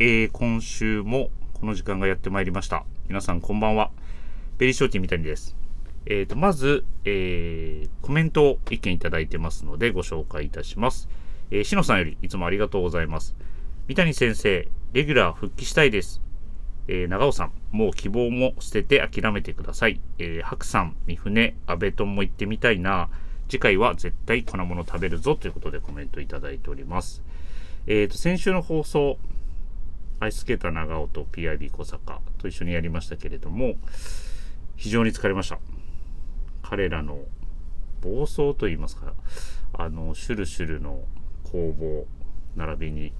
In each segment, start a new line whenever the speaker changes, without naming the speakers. えー今週もこの時間がやってまいりました。皆さんこんばんは。ペリーショーティーみたいにです。えー、と、まず、えーコメントを一件いただいてますのでご紹介いたします。えー、しのさんよりいつもありがとうございます。三谷先生、レギュラー復帰したいです。えー長尾さん、もう希望も捨てて諦めてください。えー白さん、三船、安倍とも行ってみたいな。次回は絶対粉物食べるぞということでコメントいただいております。えー、と、先週の放送、アイススケーター長尾と PIB 小坂と一緒にやりましたけれども、非常に疲れました。彼らの暴走といいますか、あの、シュルシュルの攻防、並びに、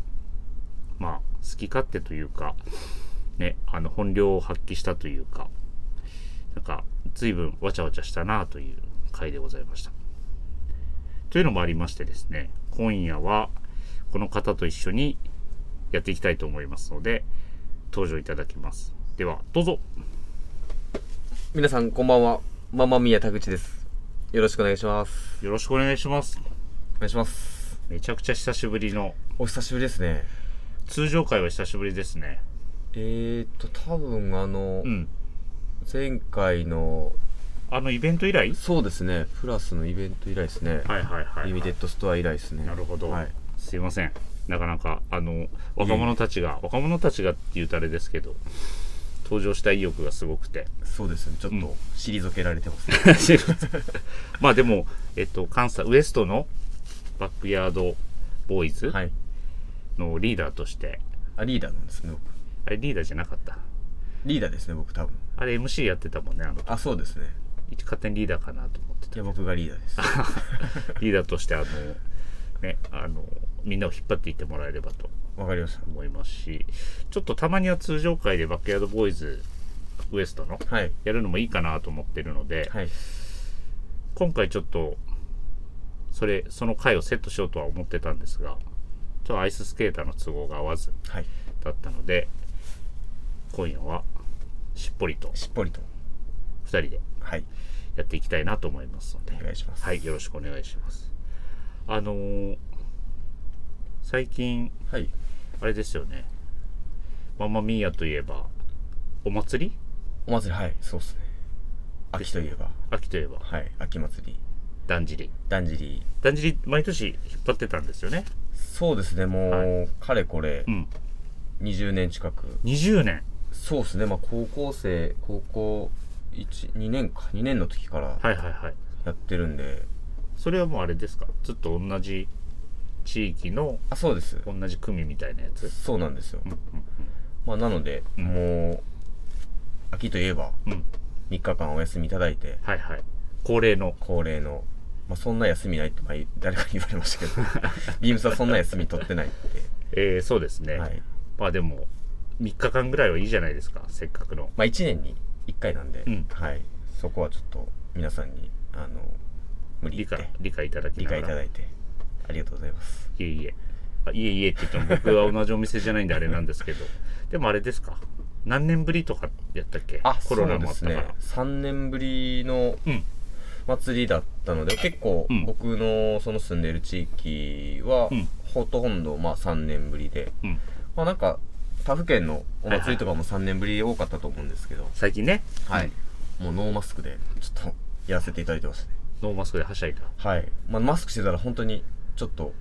まあ、好き勝手というか、ね、あの本領を発揮したというか、なんか、随分わちゃわちゃしたなという回でございました。というのもありましてですね、今夜はこの方と一緒にやっていきたいと思いますので、登場いただきます。では、どうぞ。
皆さんこんばんはママミヤ田口ですよろしくお願いします
よろしくお願いします。
お願いします
めちゃくちゃ久しぶりの、
お久しぶりですね
通常回は久しぶりですね。
えーっと多分あの、
うん。
前回の
あのイベント以来
そうですねプラスのイベント以来ですね、
はいはいはい、はい。
リミテッドストア以来ですね
なるほど、
はい、
すいませんなかなかあの若者たちが若者たちがって言うとあれですけど登場したい意欲がすごくて
そうですねちょっと退けられてますね、
まあでも、えっと、関西ウエストのバックヤードボーイズ
はい
のリーダーとして、
あリーダーなんですね僕
あれリーダーじゃなかった
リーダーですね僕多分
あれ MC やってたもんねあの
あそうですね
一勝手にリーダーかなと思って
い
た
や僕がリーダー です
リーダーとしてあの、ね、あのみんなを引っ張っていってもらえればと
わかりました
思いますしちょっとたまには通常会でバックヤードボーイズウエストの
はい
やるのもいいかなと思ってるので、
はい
今回ちょっとそれその回をセットしようとは思ってたんですがちょっとアイススケーターの都合が合わず
はい
だったので今夜はしっぽりと
しっぽりと
2人で
はい
やっていきたいなと思いますので
お願いします
はいよろしくお願いしますあのー最近
はい
あれですよねママミーヤといえばお祭り
お祭りはいそうですね秋といえば
秋といえば
はい秋祭り
だんじり
だんじり
だんじり毎年引っ張ってたんですよね
そうですねもう、
は
かれこれ
うん
20年近く
20年
そうですねまあ高校生高校12年か2年の時から
はいはいはい
やってるんで、
それはもうあれですかずっと同じ地域の
あそうです
同じ組みたいなやつ
そうなんですよ、
うん
まあなので、
ん
もう秋といえば
うんうん
3日間お休みいただいて
はいはい恒例の
恒例のまあそんな休みないって前誰かに言われました けどビームスはそんな休み取ってないっ
えー、そうですね、
て、はい、
まあでも3日間ぐらいはいいじゃないですかせっかくの
まあ、1年に1回なんで、
うん
はい、そこはちょっと皆さんにあの無理
理
言っ
解
て
理解いただき
理
ながら
解いただいてありがとうございます
いえいえあいえいえって言っても僕は同じお店じゃないんであれなんですけどでもあれですか何年ぶりとかやったっけ
あ
コロナもあった
そ
か
うです
ら
ね3年ぶりの
うん
祭りだったので結構
うん
僕のその住んでる地域は、
うん
ほとんどまあ3年ぶりで、
うん
まあなんか他府県のお祭りとかも3年ぶり多かったと思うんですけど、
最近ね
はい、もうノーマスクでちょっとやらせていただいてますね
ノーマスクではしゃいだ
はい、まあ、マスクしてたら本当にちょっと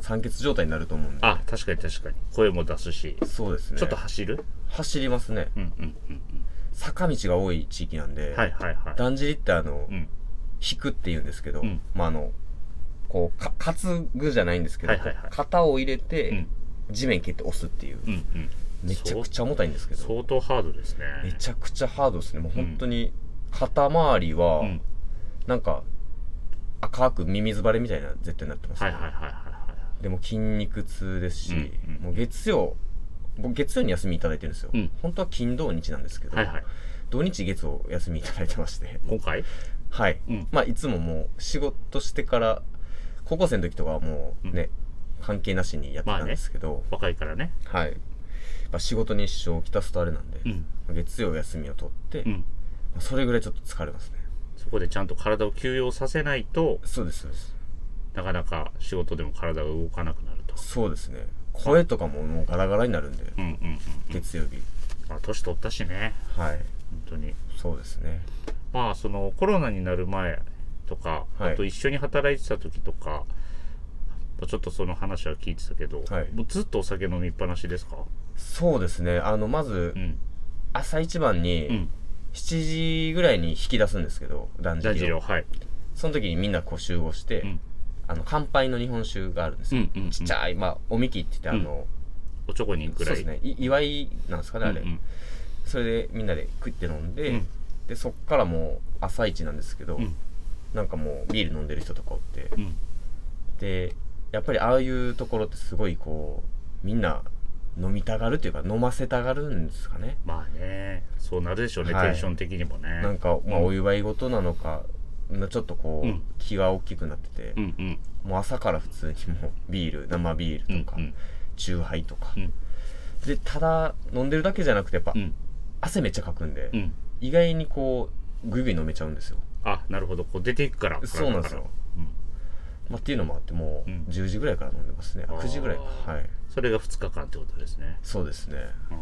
酸欠状態になると思うんで
あ確かに確かに声も出すし
そうですね
ちょっと走る、
走りますね
うんうんうん
坂道が多い地域なんで、
はいはいはい
だんじりってあの、
うん
引くって言うんですけど、
うん
まああのこうか担ぐじゃないんですけど、
はいはいはい
肩を入れ
う
て
ん
地面蹴って押すっていう、
うんうん
めちゃくちゃ重たいんですけど
相当ハードですね
めちゃくちゃハードですねもう本当に肩周りは、
うん
なんか赤くミミズバレみたいな絶対になってます、
はいはいはいはいは
でも筋肉痛ですし、
うんうん
もう月曜僕月曜に休みいただいてるんですよ、
うん
本当は金土日なんですけど、
いはいはい
土日月を休みいただいてまして
今回
はい、
うん
まあいつももう仕事してから高校生の時とかはもうね、関係なしにやってたんですけど、
若いからね
はい、まあ、仕事に支障をきたすとあれなんで、
うん
月曜休みを取って、
う
ま
ん
あそれぐらいちょっと疲れますね
そこでちゃんと体を休養させないと
そうですそうです
なかなか仕事でも体が動かなくなると
そうですね声とかももうガラガラになるんで、
うんうんうんうん。
月曜日。
まあ、年取ったしね、
はい。
本当に。
そうですね。
まあ、そのコロナになる前とか、
はい
あと一緒に働いてた時とか、ちょっとその話は聞いてたけど、
はい
もうずっとお酒飲みっぱなしですか
そうですね。あの、まず
う、ん。
朝一
う
番に、
ん。
7時ぐらいに引き出すんですけど、断
ジャージ
食
ー
を。
を、はい。
その時にみんなこう集合して、
うん
あの、乾杯の日本酒があるんですよ。
うんうんうん
ちっちゃい、まあ、おみきって言って、あの、
おちょこにぐ
そ
ら
うで
い。
すね。い祝いなんですか
うん
ね、
う
あ
ん。
れ。それでみんなで食って飲んで、
うん
でそっからもう朝一なんですけど、
うん
なんかもうビール飲んでる人とかおって
うん。
でやっぱりああいうところってすごいこうみんな飲みたがるというか飲ませたがるんですかね、
まあね、そうなるでしょうね、
はい
テンション的にもね。
なんか、まあ、
うん
お祝い事なのかなちょっとこう、
うん
気が大きくなってて
う、んうん
もう朝から普通にもうビール生ビー
う
ル
ん
とか、
うん
チューハイとか、
うん
でただ飲んでるだけじゃなくてやっぱ、
うん
汗めっちゃかくんで、
うん。
意外にこうぐいぐい飲めちゃうんですよ
あ、なるほど、こう出ていくから。
そうなんです
体か
よ
ら。うん
まあ、っていうのもあってもう
うん
10時ぐらいから飲んでますね、あ
あー
9時ぐらいかはい
それが2日間ってことですね。
そうですね
あ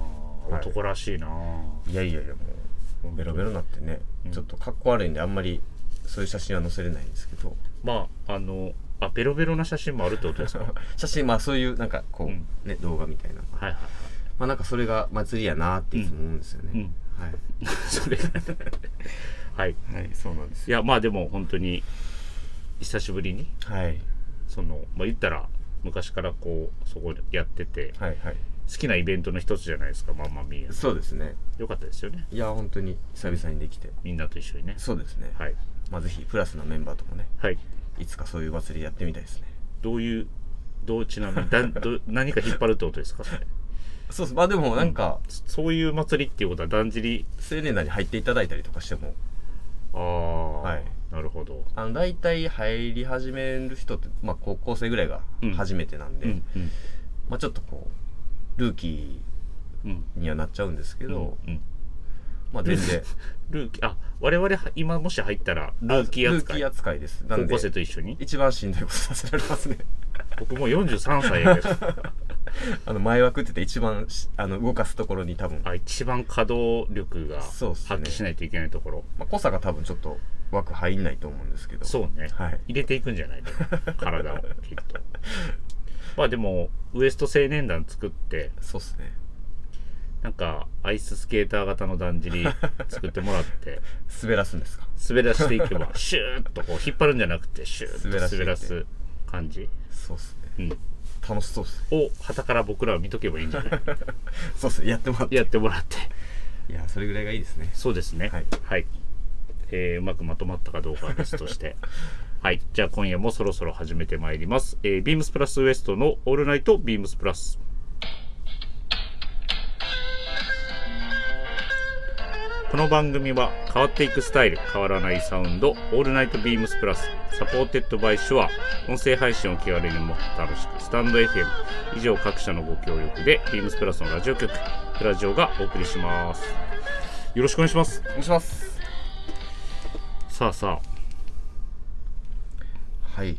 ー
はい
男らしいな。
いやいやいやもうベロベロになってね、
うん
ちょっとかっこ悪いんであんまりそういう写真は載せれないんですけど
まあ、あの、あ、ベロベロな写真もあるってことですか。はい
写真まあそういうなんかこう、
うん
ね動画みたいな
はいは
まあなんかそれが祭りやなっていつも思うんですよね、
い。うん。
はい、
それが。はい。い
はい、そうなんですよ
や、まあでも本当に、久しぶりに、
はい
その、まあ言ったら、昔からこう、そこでやってて、
はいはい
好きなイベントの一つじゃないですか、マンマミーヤ。
そうですね
よかったですよね。
いや本当に久々にできて
みんなと一緒にね。
そうですね、
はい。
まあぜひプラスのメンバーともね
はい。
いつかそういう祭りやってみたいですね
どういう、どうちなみに、だど何か引っ張るってことですか、それ
そうですまあでもなんか、
そそういう祭りっていうことは、だんじり、
青年団に入っていただいたりとかしても
ああ、
はい
なるほど。
あの大体入り始める人って、まあ、高校生ぐらいが
うん
初めてなんで、
うんうん
まあ、ちょっとこうルーキ
うん。
ーにはなっちゃうんですけ
け
ど、
うん、
まあ、全然
ルーキー、あ、我々は今もし入ったら、ルーキー扱い。
ルーキー扱いですな
高
んで
校生と一緒に
一番しんどいことさせられますね
僕もう43歳やけど
あの前枠って言って一番しあの動かすところに多分、
あ一番稼働力が発
そうっすね
揮しないといけないところ
まあ、濃さが多分ちょっと枠入んないと思うんですけど
そう,、ね、
はい、
入れていくんじゃないでも体をきっ とまあでもウエスト青年団作って
そうっすね
なんかアイススケーター型のだんじり作ってもらって
滑らすんですか
滑らしていけばシューッとこう引っ張るんじゃなくてシュー
滑ら
ッ
し
と
てい
滑
って
らす感じ
そうっすね
うん
楽しそうっす ね
をはたから僕らは見とけばいいんじゃない
そうっすねやってもらって
やってもらって
いやそれぐらいがいいですね
そうですね
はい
えーうまくまとまったかどうかは別として はいじゃあ今夜もそろそろ始めてまいります、えー、ビームスプラスウエストの「オールナイトビームスプラス」この番組は変わっていくスタイル変わらないサウンド「オールナイトビームスプラス」サポーテッドバイシュア音声配信を気軽にもっと楽しくスタンド FM 以上各社のご協力でビームスプラスのラジオ局プラジオがお送りしますよろしくお願いします
お願いします
さあさあ
はい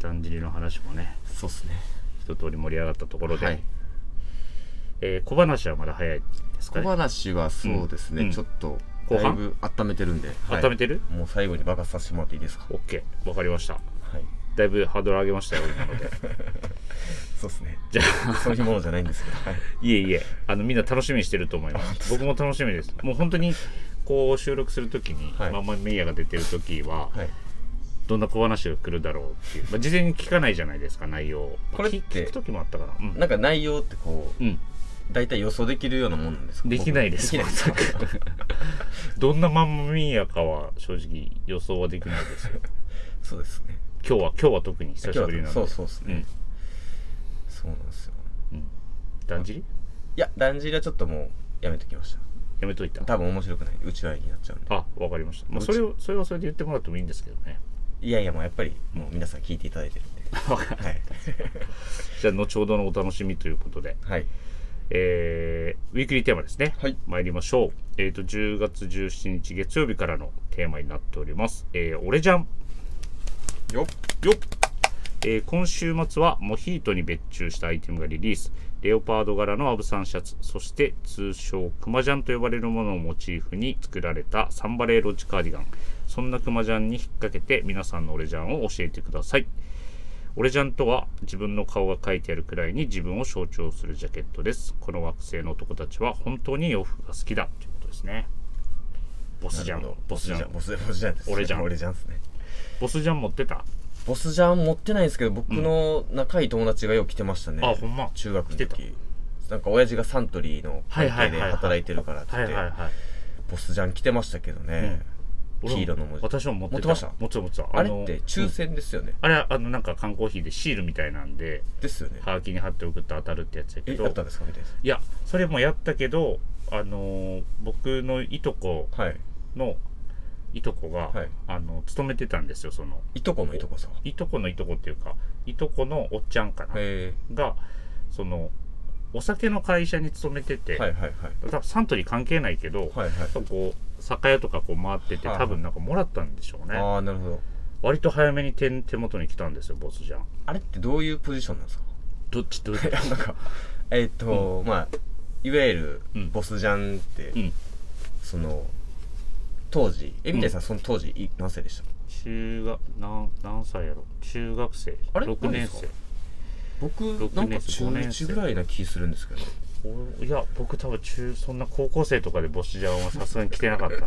だんじりの話もね
そうっすね
一通り盛り上がったところで、
はい
えー小話はまだ早いですか
小
ね
話はそうですね、
うん
ちょっと
後半
だいぶ温めてるんで、はい
温めてる
もう最後に爆発させてもらっていいですか
?OK わかりました
はい
だいぶハードル上げましたよ今ので
そうですね
じゃあ
そういうものじゃないんですけど、 はい、
いえいえあのみんな楽しみにしてると思い ます僕も楽しみですもう本当にこう収録するときに、
はい
まあまあメイヤが出てるときは、
はい、
どんな小話が来るだろうっていう、まあ、事前に聞かないじゃないですか内容を
これって
聞聞くときもあったかなうん
なんか内容ってこう
うん
大体予想できるようなもんなんですか
できないです
できないですか
どんなマンマミーヤかは正直予想はできない ですよ
そうですね
今日は今日は特に久しぶりなんで
そうそうです
う
ね、
ん
そうなんですよ
うんだんじり
いやだんじりはちょっともうやめときました
やめといた
多分面白くないんで内輪になっちゃうんで
あわかりました、まあ、
うち
それをそれはそれで言ってもらってもいいんですけど ね
いやいやもうやっぱりもう皆さん聞いていただいてるんではい、
じゃあ後ほどのお楽しみということで
はい、
えーウィークリーテーマですね、
はい
参りましょうえっ、と10月17日月曜日からのテーマになっております「えー、俺じゃん
よっ」
よっえー今週末はモヒートに別注したアイテムがリリースレオパード柄のアブサンシャツそして通称クマジャンと呼ばれるものをモチーフに作られたサンバレーロッジカーディガンそんなクマジャンに引っ掛けて皆さんのオレジャンを教えてくださいオレジャンとは自分の顔が書いてあるくらいに自分を象徴するジャケットですこの惑星の男たちは本当に洋服が好きだということですねボスジャ
なるほ
ン
ど
ボスジャン
ボスボスジャンです
俺ジャン
俺ジャンですね
ボスジャン持ってた
ボスジャン持ってないんですけど僕の仲いい友達がよく来てましたね、
あほんま
中学の
来て
時なんか親父がサントリーの関係で働いてるからって言って
い
ボスジャン着てましたけどね、黄色の文字
私も持って
持ってました
持ってた持ってた
あ
の
れって抽選ですよね、
あれはあのなんか缶コーヒーでシールみたいなんで
ですよね
ハガキに貼って送って当たるってやつやけ
え
ど
やったんですかみたいない
やそれもやったけどあのー僕のいとこ
はい
のいとこが、
はい
あの勤めてたんですよその
いとこのいとこさん
いとこのいとこっていうかいとこのおっちゃんかな、
へ
がそのお酒の会社に勤めてて、
えはいはいはい
多分サントリー関係ないけど、
はいはい
なんかこう酒屋とかこう回ってて
はい
多分なんかもらったんでしょうね、
ああなるほど
割と早めに手手元に来たんですよボスじゃん
あれってどういうポジションなんですか
どっちどっ
いや なんかえっ、と、まあいわゆ
う
る
ん
ボスジャンって、
うん
その当時えみたいさん、その当時い何歳でした
中学何何歳やろ中学生
あれ
6年
何
生
で僕
六
なんか
年生
中
五年生
1ぐらいな気するんですけど
おいや僕多分中そんな高校生とかでボスジャンはさすがに来てなかったな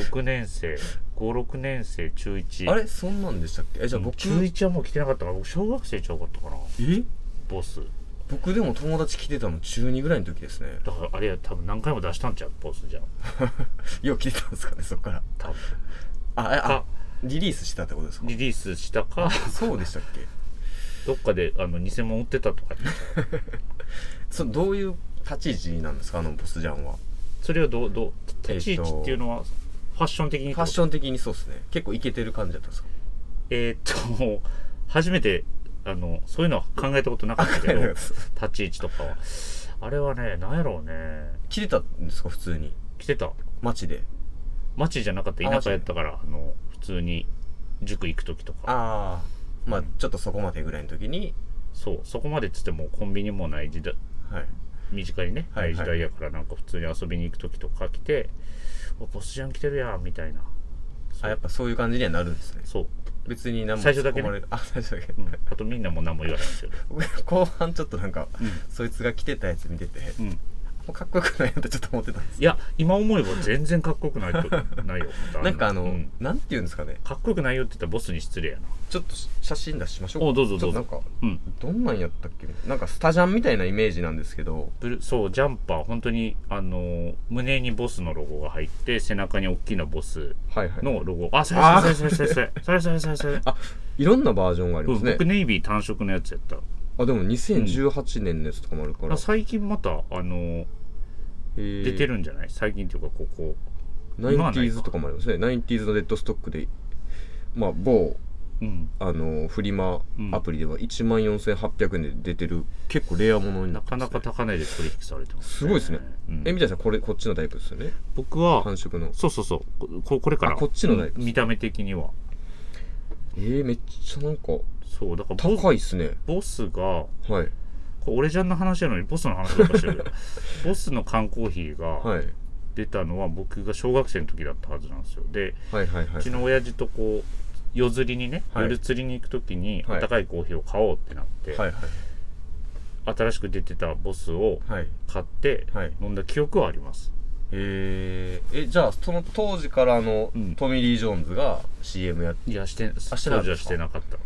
6年生56年生中1
あれそんなんでしたっけえじゃあ
僕
僕
中1はもう来てなかったから僕小学生ちゃうかったかな
え
ボス
僕でも友達来てたの中2ぐらいの時 ですね
だからあれや多分何回も出したんちゃうボスじゃん
よう来てたんですかねそっから
多分
あえあ
か
リリースしたってことですか
リリースしたか
そうでしたっけ
どっかであの偽物売ってたとか
そどういう立ち位置なんですかあのボスジャンは
それはどうどう立ち位
えっ
置
と
っていうのはファッション的に
ファッション的にそうですね結構イケてる感じだったんですか
えーっと もう初めてあのそういうのは考えたことなかったけど立ち位置とかはあれはねなんやろうね
着てたんですか普通に
来てた
街で
街じゃなかった
あ
田舎やったからあの普通に塾行く時とか
ああまあちょっとそこまでぐらいの時に
そうそこまでっつってもコンビニもない時代
はい
身近にね
はい
ない時
は
代
い
やからなんか普通に遊びに行く時とか来て「おボスジャン来てるやん」みたいな
あやっぱそういう感じにはなるんですね
そう、
別に何も
最初だけね
突っ込まれるあ最初だけ
うん、あとみんなも何も言わないんですよ、
僕後半ちょっとなんか
う
そいつが着てたやつ見てても
んうん、
うかっこよくないなってちょっと思ってたんです
いや今思えば全然かっこよく ないとないよ
なんかあの、
うん
なんて言うんですかね
かっこよくないよって言ったらボスに失礼やな
ちょっと写真出しましょうか
おどうぞどうぞ
ちょっとなんか
うん
どんなんやったっけなんかスタジャンみたいなイメージなんですけど
ブルそうジャンパー本当にあのー胸にボスのロゴが入って背中に大きなボス
はいはい
のロゴあそれ
あ
それそれそれそれそれそれそれそ れ
あいろんなバージョンがあり
う
ま
ん
すね
僕ネイビー単色のやつやった
あでも2018年のやつとかもあるから、
あ最近またあのー
出
出てるんじゃない最近っていうかここ
ナインティーズとかもありますねナインティーズのレッドストックでまあ某
うん
あのフリマ
うん
アプリでは1万4800円で出てる結構レアものに
な
なって
か
ま
な
す、ね、
か高値で取引されてます、
すごいですね、
うん
えみたいさんこれこっちのタイプですよね
僕は
繁殖の
そうそうそうここれから
あこっちのタイプ
うん見た目的には
えー、めっちゃなんか
そうだからボス
高いっすね
ボスが
はい
これ俺じゃんの話やのにボスの話ばっかりして るけどボスの缶コーヒーが
はい
出たのは僕が小学生の時だったはずなんですよで
はいはいうはい
ちの親父とこう夜釣りにね、
はい
夜釣りに行く時に
はい
温かいコーヒーを買おうってなって、
はいは
新しく出てたボスを
いはい
買って
はい
飲んだ記憶はあります
えー、えじゃあその当時からの
うん
トミー・リー・ジョーンズが CM やって
いやして
あ
当
してなかった
時はしてなかった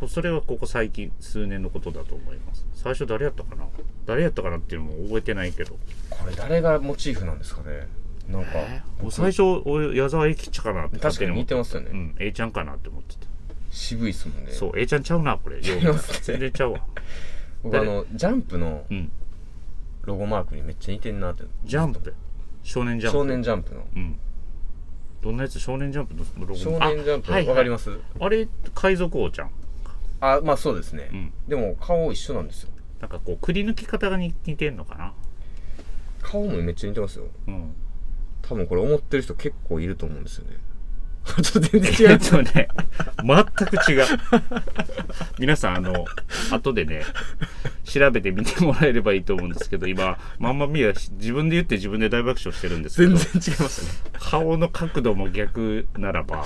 こそれはここ最近数年のことだと思います最初誰やったかな誰やったかなっていうのも覚えてないけど
これ誰がモチーフなんですかねなんか僕
最初俺矢沢永吉かなって
確かに
思
似
って
ますよ
う
ね
ん、A ちゃんかなって思ってた。
渋いっすもんね
そう、A ちゃんちゃうな、こ れ。よう見たら
違いますね
全然ちゃうわ。
僕あのジャンプの
うん。
ロゴマークにめっちゃ似てんなって
ジャンプ。少年ジャンプ。
少年ジャンプの
うん。どんなやつ少年ジャンプのロゴ
少年ジャンプ
あは
わ
い
かり
はい
ます
あれ、海賊王ちゃん。
あまあそうですね
うん。
でも顔一緒なんですよ
なんかこう、くり抜き方が似似てんのかな。
顔もめっちゃ似てますよ
うん。
多分これ思ってる人結構いると思うんですよね ちょっと全
え
然違
っ
う。
とね、全く違う。皆さん、あの、後でね、調べてみてもらえればいいと思うんですけど、今、まんまみや、自分で言って自分で大爆笑してるんですけ
全
ど、
然違いましたね。
顔の角度も逆ならば、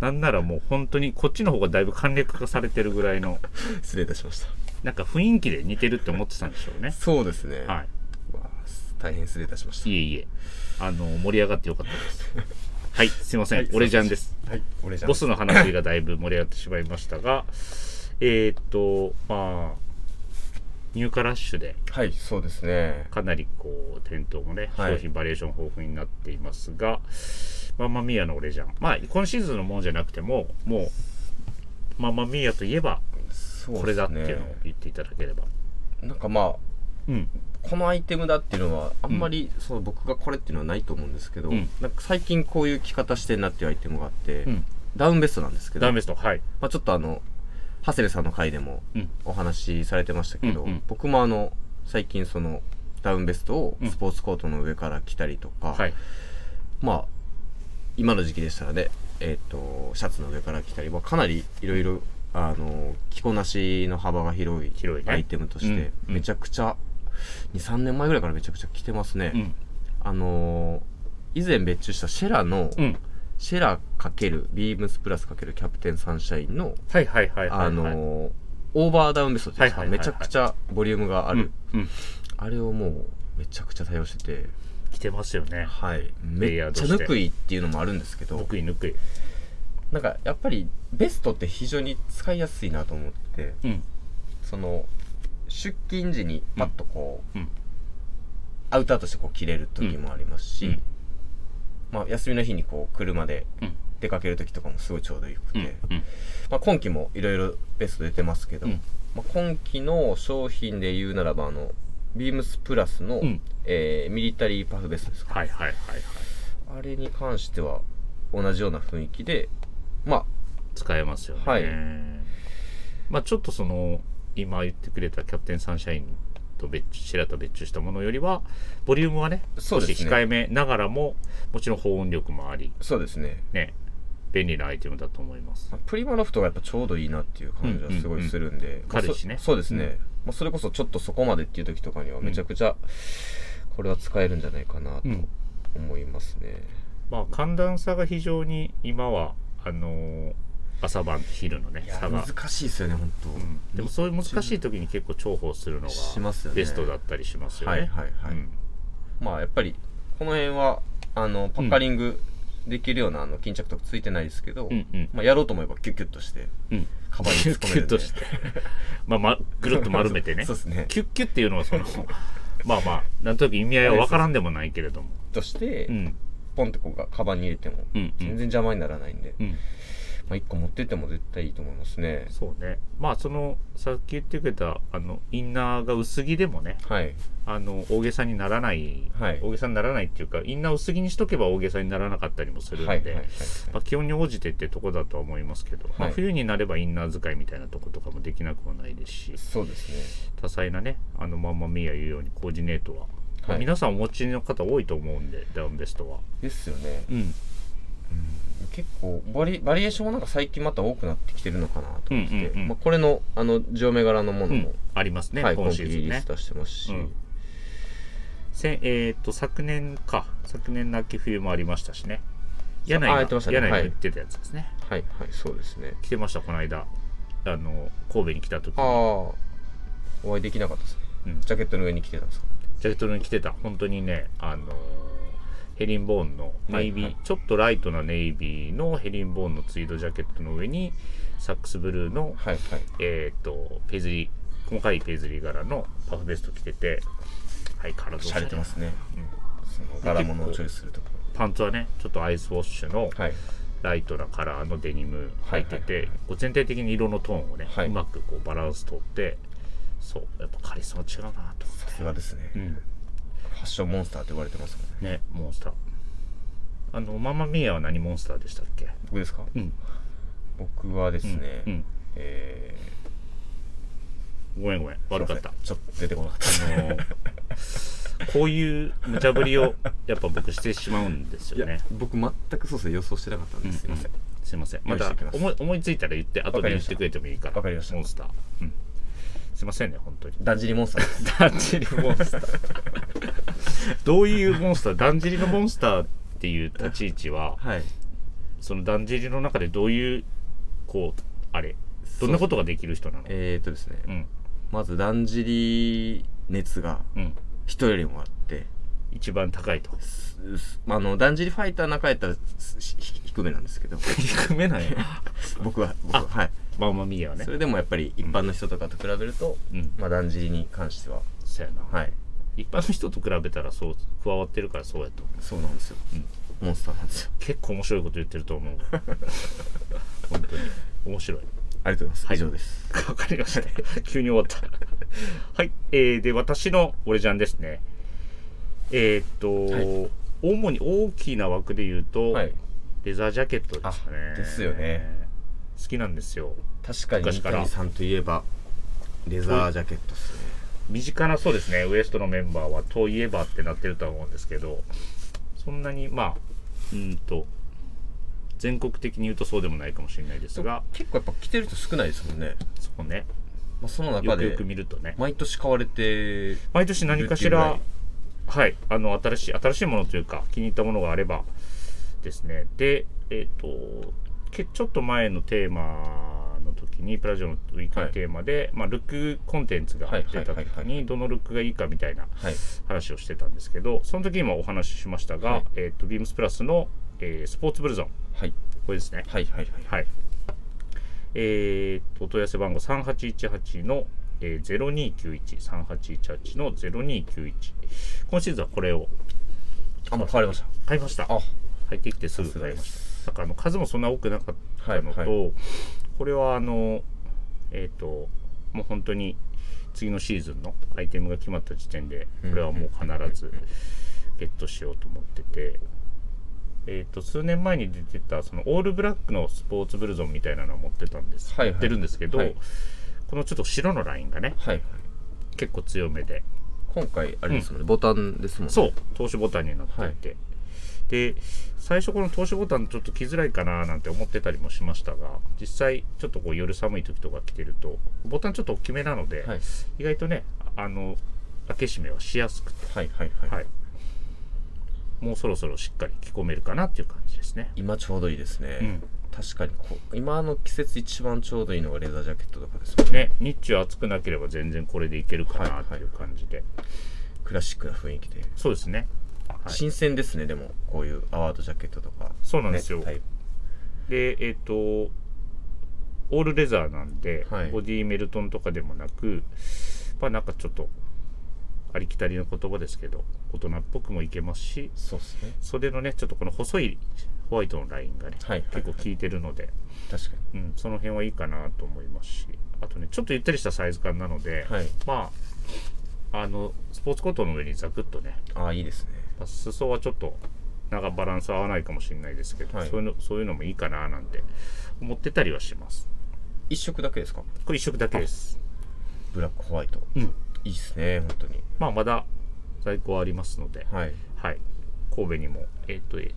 なんならもう本当にこっちの方がだいぶ簡略化されてるぐらいの、
失礼いたしました。
なんか雰囲気で似てるって思ってたんでしょうね。
そうですね。
は
うわ大変失礼いたしました
い。。いえいえ。あの、盛り上がってよかったです。はい、すいません。
はい
俺じゃんです。。
はい、俺じゃん。
ボスの話がだいぶ盛り上がってしまいましたが、えーっと、まあ、入荷ラッシュで、
はい、そうですね。
かなりこう、店頭もね、
はい
商品バリエーション豊富になっていますが、マンマミーアの俺じゃん。まあ、今シーズンのものじゃなくても、もう、マンマミーアといえば、
そうですね
これだっていうのを言っていただければ。
なんかまあ、
うん。
このアイテムだっていうのは、あんまり、その僕がこれっていうのはないと思うんですけど、
うん
なんか最近こういう着方してんなっていうアイテムがあって、
うん。
ダウンベストなんですけど、
ダウンベスト、はい。
まあ、ちょっとあの、ハセルさんの回でも
うん。
お話しされてましたけど、
うんうん
僕もあの、最近その、ダウンベストをスポーツコートの上から着たりとか、
はい。
まあ、今の時期でしたらね、えっ、と、シャツの上から着たり、まあ、かなりいろいろ、あの、着こなしの幅が広い
広いね
アイテムとして、
うんうん
めちゃくちゃ、2、3年前ぐらいからめちゃくちゃ着てますね。
うん。
あのー以前別注したシェラの、
うん。
シェラ×ビームスプラス×キャプテンサンシャインの、
はいはいはいはい、はい。
あのーオーバーダウンベストっていうんですか、
はいはいはいはい
めちゃくちゃボリュームがあ
う
る、
ん。うん。
あれをもうめちゃくちゃ対応してて
来てますよね。
はい
レイ
め
ヤー
っ
ド
ち
し
ゃ
て
ぬくいっていうのもあるんですけど
ぬくいぬくい。
なんかやっぱりベストって非常に使いやすいなと思って
うん。
その出勤時にパッとこう、
うんうん
アウターとしてこう着れる時もありますし、
うん
まあ、休みの日にこう車で
うん。
出かける時とかもすごいちょうどよく
う
て、
ん。うん。
まあ、今期もいろいろベスト出てますけど、
うん
まあ、今期の商品で言うならばあのビームスプラスの、
うん
えーミリタリーパフベストですか
はいはいはいはい。
あれに関しては同じような雰囲気でま
使えますよね。
はい
まあちょっとその、今言ってくれたキャプテンサンシャインと別注、シェラと別注したものよりは、ボリュームはね、
あそう
少
で
し
す
控
ね
えめながらも、もちろん保温力もあり、
そうですね、
ね、便利なアイテムだと思います
ま。あプリマロフトがやっぱちょうどいいなっていう感じはすごいするんで、まあ
軽いしね
そそうですね、
うん
まあ、それこそちょっとそこまでっていう時とかにはめちゃくちゃこれは使えるんじゃないかな
う
と
ん。
思いますね、
まあ寒暖差が非常に今は、あのー朝晩と昼のね
い、や
差が。
しいですよね本当、
うんでもそういう難しい時に結構重宝するの
し
が
ますよね
ベストだったりしますよね。
はいはいはい
うん
まあやっぱりこの辺はあのパッカリングできるような、あの巾着とかついてないですけど、
うんうん
まあ、やろうと思えばキュッキュッとして
うん
カバンに突っ込めるん
キュッキュッと
で
してまあ、ま、ぐるっと丸めてね。
そうですねキュ
キュッキュッっていうのはその、まあまあ、なんとなく意味合いはわからんでもないけれども。
ッとして、
うん。
ポンってこうがカバンに入れても
うんうん
全然邪魔にならないんで、
うん。
まあ、1個持ってっても絶対いいと思いますね
そうね。まあ、その、さっき言ってくれた、あの、インナーが薄着でもね、
はい
あの、大げさにならない、
はい
大げさにならないっていうか、インナー薄着にしとけば大げさにならなかったりもするんで、
はいはいはい
まあ、気温に応じてってとこだとは思いますけど、まあ、
はい
冬になればインナー使いみたいなとことかもできなくもないですし、
そうですね
多彩なね、あの、まんまみや言うようにコーディネートは、まあ
はい
皆さんお持ちの方多いと思うんで、ダウンベストは。
ですよね、
うん。
結構バリバリエーションもなんか最近また多くなってきてるのかなと思ってて、
うんうんうん
まあ、これのあの上目柄のものも、
ありますね、
はい、
今
今
シ
期
ーズ
リ
ン
リー
ね
ス。出してますし、
うんせんえっと昨年か、昨年の秋冬もありましたしね。柳
あ
が、
やってましたね
柳が
はい
言ってたやつですね。
はいはいそうですね
来てました、この間。あの、神戸に来た時
ああ
に、
お会いできなかったですね
うん、ジ
ジャケットの上に着てたんですか
ャケットに来てた、本当にね、あのーヘリンボーンのネイビー、
はいは
ちょっとライトなネイビーのヘリンボーンのツイードジャケットの上に、サックスブルーの、
はいはい
えっと、ペイズリー、細かいペイズリー柄のパフベスト着てて、はい、体を
しゃれてますねその柄物をチョイスするとこ
パンツはね、ちょっとアイスウォッシュの、
ろはい
ライトなカラーのデニム
は
入
い
ってて、
はいはい
こう全体的に色のトーンをね、
はいう
まくこうバランスとってそうやっぱカリスマ違うなと
さすがですね、
思って、
ファッションモンスターって呼ばれてますもんね
うん、ねモンスターあのママミーヤは何モンスターでしたっけ
僕ですか、
うん
僕はですね、
うん
え
ごめんごめん
ー
悪かった
すいませんちょっと出てこなかった
あのー こういう無茶ぶりをやっぱ僕してしまうんです
い
よ
や
ね。
僕全くそうですね予想してなかったんですすいませ
う
ん
すいません。ま
用意
た
してきます
思い思いついたら言って、後
わか
で言
りま
っ
した
てくれてもいいから。
わかりました
モンスター。うん。すいませんね、本当に。
だんじりモンスターで
だんじ
す
りモンスター。どういうモンスターだんじりのモンスターっていう立ち位置は、
はい
そのだんじりの中でどういう、こう、あれ、どんなことができる人なのう
えー、っとですね、
ん。
まずだんじり熱が
うん。
人よりもあって
一番高いと。
すすあのだんじりファイターの中やったらすひひ低めなんですけど
低めなんや。
僕は僕ははい
まあまあ、ミアはね
そ。れでもやっぱり一般の人とかと比べると、
うん。
まあだんじりに関しては
そうやな。
はい
一般の人と比べたらそう加わってるからそうやと思う
そうなんですよ、モンスターなんですよ
結構面白いこと言ってると 思う本当に面白い
ありがとうございます、
はい
以上です
わかりました急に終わった はい、えー、で私の俺ジャンですねえーっと、
はい
主に大きな枠で言うと、レザージャケットですかね
あですよね
好きなんですよ
確かに
昔
三
から
谷さんといえばレザージャケットですね
身近なそうですねウエストのメンバーはといえばってなってるとは思うんですけどそんなにまあうーんと全国的に言うとそうでもないかもしれないですが
結構やっぱ着てる人少ないですもんね、
そこね
まあ、その中
よくよ
で
く見るとね
毎年買われて
毎年何かし
言っ
ら
て
はいあの新しい新しいものというか気に入ったものがあればですねでえっ、とけちょっと前のテーマの時にプラジオのウィークのテーマで、まあ、ルックコンテンツが
はいはい
出た時
はいは
にどのルックがいいかみたいな
はい
話をしてたんですけど、その時にもお話ししましたが、
はい
えっ、と、ビームスプラスの、えースポーツブルゾン、
はい
これですね。
はいはいはい
はい。えー、と、お問い合わせ番号3818の、えー、0291、3818の0291。今シーズンはこれを
あもう買われました
買いました。
あ
入ってきてすぐ
さすが
買い
で
ました。
す
だからあの数もそんな多くなかったのと、
はいは
これはあの、えっ、と、もう本当に次のシーズンのアイテムが決まった時点で、これはもう必ずゲットしようと思ってて、えっ、と、数年前に出てた、そのオールブラックのスポーツブルゾンみたいなのを持ってたんです、
はいはい
持ってるんですけど、
はい
このちょっと白のラインがね、
はいはい
結構強めで、
今回あれですもんね、ボタンですもんね
そう、投資ボタンになっていて、で、最初この投資ボタンちょっと着づらいかななんて思ってたりもしましたが、実際ちょっとこう夜寒い時とか着てると、ボタンちょっと大きめなので、
はい
意外とね、あの、開け閉めはしやすくて、
はいはいはい、
はい。もうそろそろしっかり着込めるかなっていう感じですね。
今ちょうどいいですね、
うん
確かにこう今の季節一番ちょうどいいのがレザージャケットとかですもんね
ね、日中暑くなければ全然これでいけるかなっていう感じで、
クラシックな雰囲気で、
そうですね。はい
新鮮ですねでもこういうアワードジャケットとか
そうなんですよ
ねタイプ
でえっ、とオールレザーなんで、
はい
ボディメルトンとかでもなくまあなんかちょっとありきたりの言葉ですけど大人っぽくもいけますし
そうですね
袖のねちょっとこの細いホワイトのラインがね、
はいはいはい
結構効いてるので、
確か
うん、その辺はいいかなと思いますしあとねちょっとゆったりしたサイズ感なので、
はい
まああのスポーツコートの上にザクッとね
にああいいですね
まあ裾はちょっとなんかバランス合わないかもしれないですけど、
はい
そういうのそういうのもいいかななんて思ってたりはします
一色だけですか
これ一色だけです
ブラックホワイト
うん
いいっすね本当に
まあまだ在庫はありますので、はい
はい
神戸にもえっ、とえ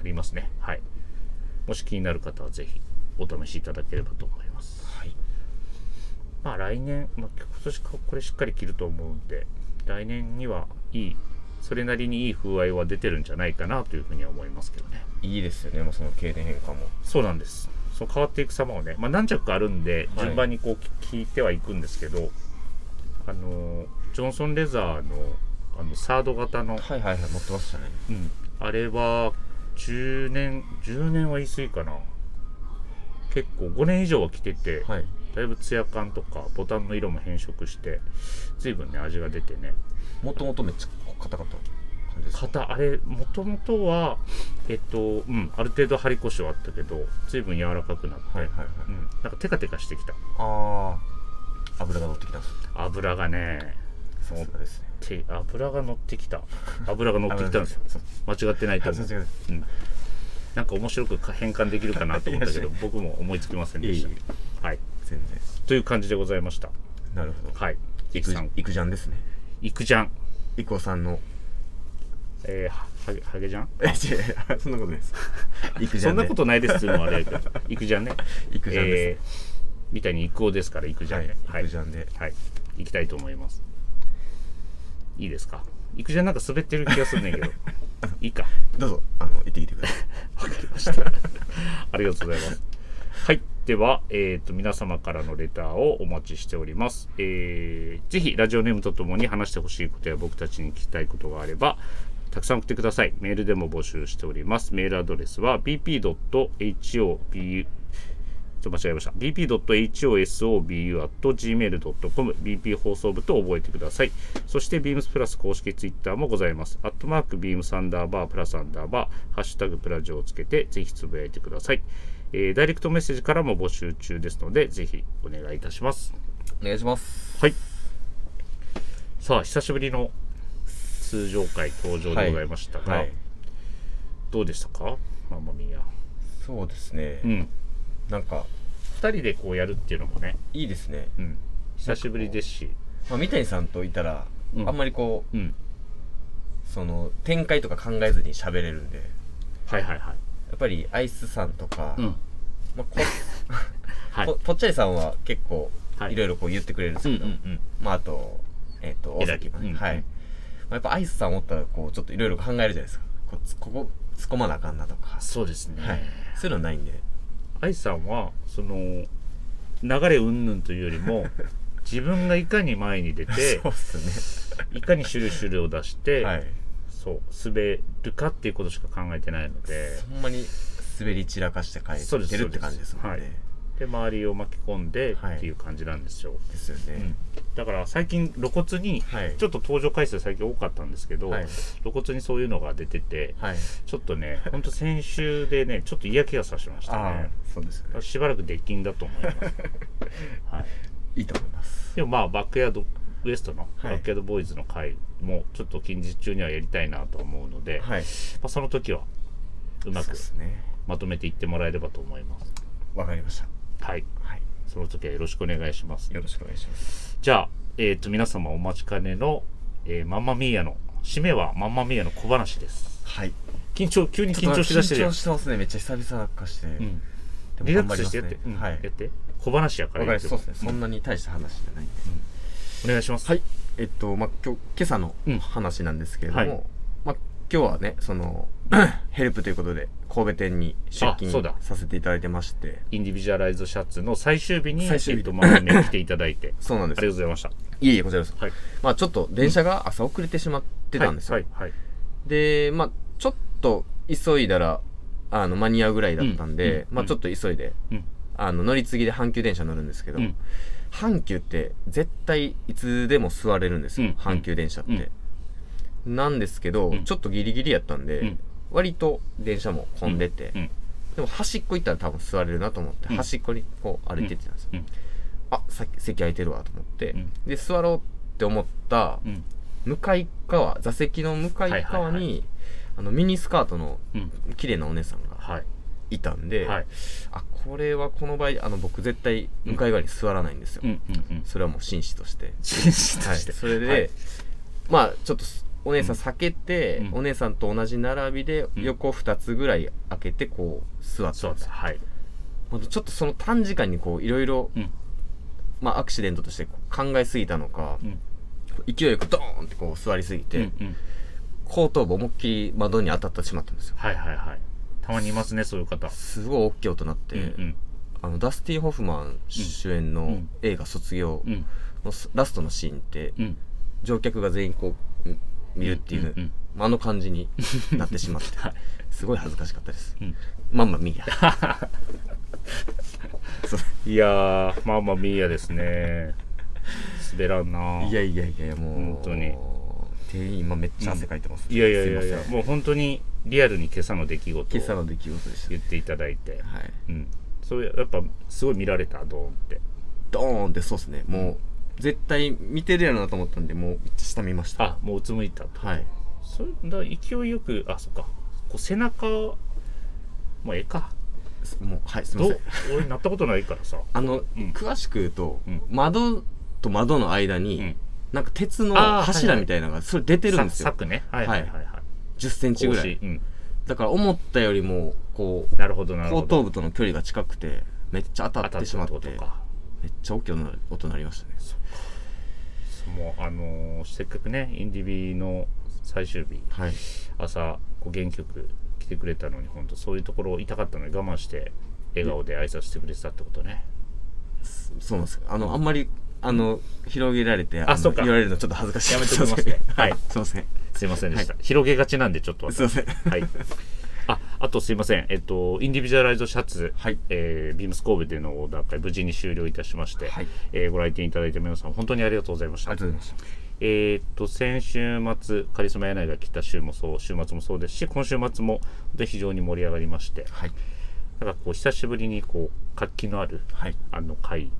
ありますねはいもし気になる方はぜひお試しいただければと思います
はい
まあ来年、まあ、今年ここれしっかり着ると思うんで来年にはいいそれなりにいい風合いは出てるんじゃないかなというふうには思いますけどね
いいですよねもうその経年変化も
そうなんです。そう変わっていく様をね、まあ、何着かあるんで、
はい
順番にこうき聞いてはいくんですけど、あのージョンソン・レザーのあのサード型の、
はいはいはい持ってましたね
うんあれは10年、10年は言い過ぎかな。結構5年以上は着てて、
はい
だいぶツヤ感とかボタンの色も変色して、随分ね、味が出てね、
もともとめっちゃ硬かった感じですか
型あれもともとはえっとうんある程度張り腰はあったけど随分柔らかくなって、
はいはいはい
うん、なんかテカテカしてきた
ああ油が乗ってきた
油がね
そうですね
て油が乗ってき た油が乗ってきたんですよ
そう
間違ってないと 思う
そう
なんか面白く変換できるかなと思った けど
いや
僕も思いつきませんでした
いえい
はい
全然
という感じでございました
なるほど
はい
い
関
く
さん
いくじゃんですね
いくじゃん
いこさんの
えー、ははげはげじゃん
え違う そんなことな いですいくじ
そ
ゃ
ん
んね
なことないですっていうのはあれ だけど、いくじゃんね。
いくじゃん
え
で
ーみたいに行こうですから、行く
す
じゃ
は
ん
い
ね。はいい
く。じゃんで
はい。行きたいと思います。いいですか行くじゃんなんか滑ってる気がするんだ けど。いいか。
どうぞあの行ってきてく ださい
わかりました。ありがとうございます。はい。では、えっ、と、皆様からのレターをお待ちしております。えーぜひ、ラジオネームとともに話してほしいことや僕たちに聞きたいことがあれば、たくさん送ってください。メールでも募集しております。メールアドレスは bp.hopu ちょっと間違えました。bp.hosobu.gmail.com、bp 放送部と覚えてください。そして、beams プラス公式ツイッターもございます。アットマーク beams アンダーバープラスアンダーバー、ハッシュタグプラジオをつけて、ぜひつぶやいてください。えーダイレクトメッセージからも募集中ですので、ぜひお願いいたします。
お願いします
はい。さあ、久しぶりの通常回登場でございましたが、
はい
どうでしたかママミヤ。
そうですね、
うん。
なんか
二人でこうやるっていうのもね、
いいですね、
うん。久しぶりですし、
まあ、三谷さんといたら、
うん
あんまりこう
うん。
その展開とか考えずに喋れるんでや
はいはいはい。
っぱりアイスさんとか、
うん。
まあ、こ
はい。
ぽぽっちゃりさんは結構
はい
いろいろこう言ってくれるんです
うんう
け
ん
ど、
うん。
まああとえっ、と大
えらぎ
崎がね、
うん
はい、
うん
まあ、やっぱアイスさんおったらこうちょっといろいろ考えるじゃないですかこうつここ突っ込まなあかんなとか、
そうですね。
はい、そういうのないんで
愛さんはその流れ云々というより も自分がいかに前に出て
そうっす
いかにシュルシュルを出して、
ねはい
そう滑るかっていうことしか考えてないので
ほんまに滑り散らかして帰
そうで
っ
す
てるって感じですも
そ
んね
うでで周りを巻き込んで
はい
っていう感じなんですよ、
ですよ
う
ね
ん、だから最近露骨に
はい
ちょっと登場回数最近多かったんですけど、
はい
露骨にそういうのが出てて
はい
ちょっとねほんと先週でねちょっと嫌気がさしました
ああ
ね
そうですよね
しばらく出禁だと思い ます、はい
いいと思います
でもまあバックヤードウエストの
はい
バックヤードボーイズの回もちょっと近日中にはやりたいなと思うので、
はい
まあ、その時はうま
そう
く
ですね
まとめていってもらえればと思います
わかりました
はい
はい
その時はよろしくお願いします
よろしくお願いします
じゃあ、えー、と皆様お待ちかねの、えーマンマミーヤの締めはマンマミーヤの小話です
はい
緊張急に緊張しだしてる
緊
やん
張してますねめっちゃ久々化して、
う
で
ん、
も
リラッ
頑
ク
張
スし
ります
て
ね
やって、うん
はいわ
やって小話やか
からり
言
ま
っ
す
ても
そうですねそんなに大した話じゃないんで
お願いします
はい、えっと、まあ、今日、今朝の
うん
話なんですけれども、
はい
まあ、今日はね、そ の、ヘルプということで、神戸店に出
あそうだ
勤させていただいてまして、
インディビジュアライズシャツの最終日に
最終日
えっとマンマミーヤ来ていただい て
そうなん
あ
で
りが
す。
とうご
い
ざいました
えいえ、こちらです。
はい
まあ、ちょっと電車が朝遅れてしまってたんですよ。
はいはい
で、まあ、ちょっと急いだら、あの、間に合うぐらいだったんで、
うんうん
まあ、ちょっと急いで、
うん
あの、乗り継ぎで阪急電車乗るんですけど、
うん
阪急って絶対いつでも座れるんです
う
よ、
ん
阪急電車って、なんですけど、
うん
ちょっとギリギリやったんで、
うん
割と電車も混んでて、
うん
でも端っこ行ったら多分座れるなと思って、
うん
端っこにこう歩いてってたんですよ、
うん
あさっき席空いてるわと思って、
うん
で座ろうって思った
うん
向かい側座席の向かい側に、
はいはいは
あのミニスカートの
うん
綺麗なお姉さんが
はい
いたんで、
はい
あこれはこの場合あの僕絶対向かい側に座らないんですよ、
うんうんうん
それはもう紳士として
紳士と
はい、
して
それで、
はい
まあちょっとすお姉さん避けて、
うん
お姉さんと同じ並びで
ん
横2つぐらい開けてこう座った
そ
ん
う
です
だ
よ
はい
ほんとちょっとその短時間にこういろいろ
うん
まあアクシデントとしてこう考えすぎたのか
うん
勢いよくドーンってこう座りすぎて、
うんうん
後頭部思いっきり窓に当たってしまったんですよ
はいはいはいたまにいますねそういう方
すごい大きい音鳴って、
うん
あのダスティン・ホフマン主演
う
の
ん
映画「卒業
うんう」ん
のすラストのシーンって
うん
乗客が全員こううん見るっていう、
うんうん
まああの感じになってしまって
はい
すごい恥ずかしかったです、
うん
まんま右やそう
いやーまあまあミーヤですね滑らん ない
やいやいやいやもう
本当に
店員今めっちゃ汗かいてます、
いやいやいやいや
すません
もう本当にリアルに今朝の出来事
今朝
を
の出来事でした、
言っていただいて
はい
うんそれやっぱすごい見られたドーンって
ドーンってそうですねもう絶対見てるやろなと思ったんでもうめっちゃ下見ました
あもううつむいたと
はい
それだから勢いよくあそっかこう背中まあええか
すもうはいすい
ど
ませ
うん俺なったことないからさ
あの、
うん
詳しく言うと、
うん
窓と窓の間に、
うん
なんか鉄の
あー
柱
はいはい
みたいなのがそれ出てるんですよ
柵ね。はいはいはいはい。
1 0ンチぐらい
格子うん。
だから思ったよりもこ
なるほどなる
う
ほ
後
ど。
頭部との距離が近くてめっちゃ当たってしまって
当たったってことか。
めっちゃ大きい音な音鳴りましたね
もうあのーせっかくねインディビの最終日
はい
朝こう原曲来てくれたのに本当そういうところ痛かったのに我慢して笑顔で挨拶してくれてたってことね。
そうなんですあのあんまりあの広げられてあの
そうか
言われるのちょっと恥ずかしい
やめとき ますね
は
はいい
すいません
すいませんでした。広げがちなんでちょっと
すいません
はい。あ、あとすいません。えっと、インディビジュアライズシャツ、
はい
えービームス神戸でのオーダー会、無事に終了いたしまして、
はい
えーご来店いただいた皆さん、本当にありがとうございまし
あ
た
りが。とうございました
えーっと、先週末、カリスマ柳が来た週もそう、週末もそうですし、今週末も本当に非常に盛り上がりまして、
はい
なんかこう、久しぶりにこう、活気のある、
はい
あの会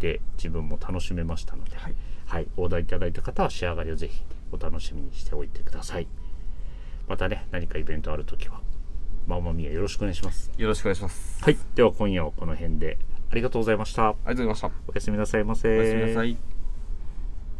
で自分も楽しめましたので、
はい
はい、オーダーいただいた方は仕上がりをぜひお楽しみにしておいてください。またね、何かイベントあるときは、まあまあみやよろしくお願いします。
よろしくお願いします
はい、では今夜はこの辺でありがとうございました。
ありがとうございました
おやすみなさいませ。
おやすみなさい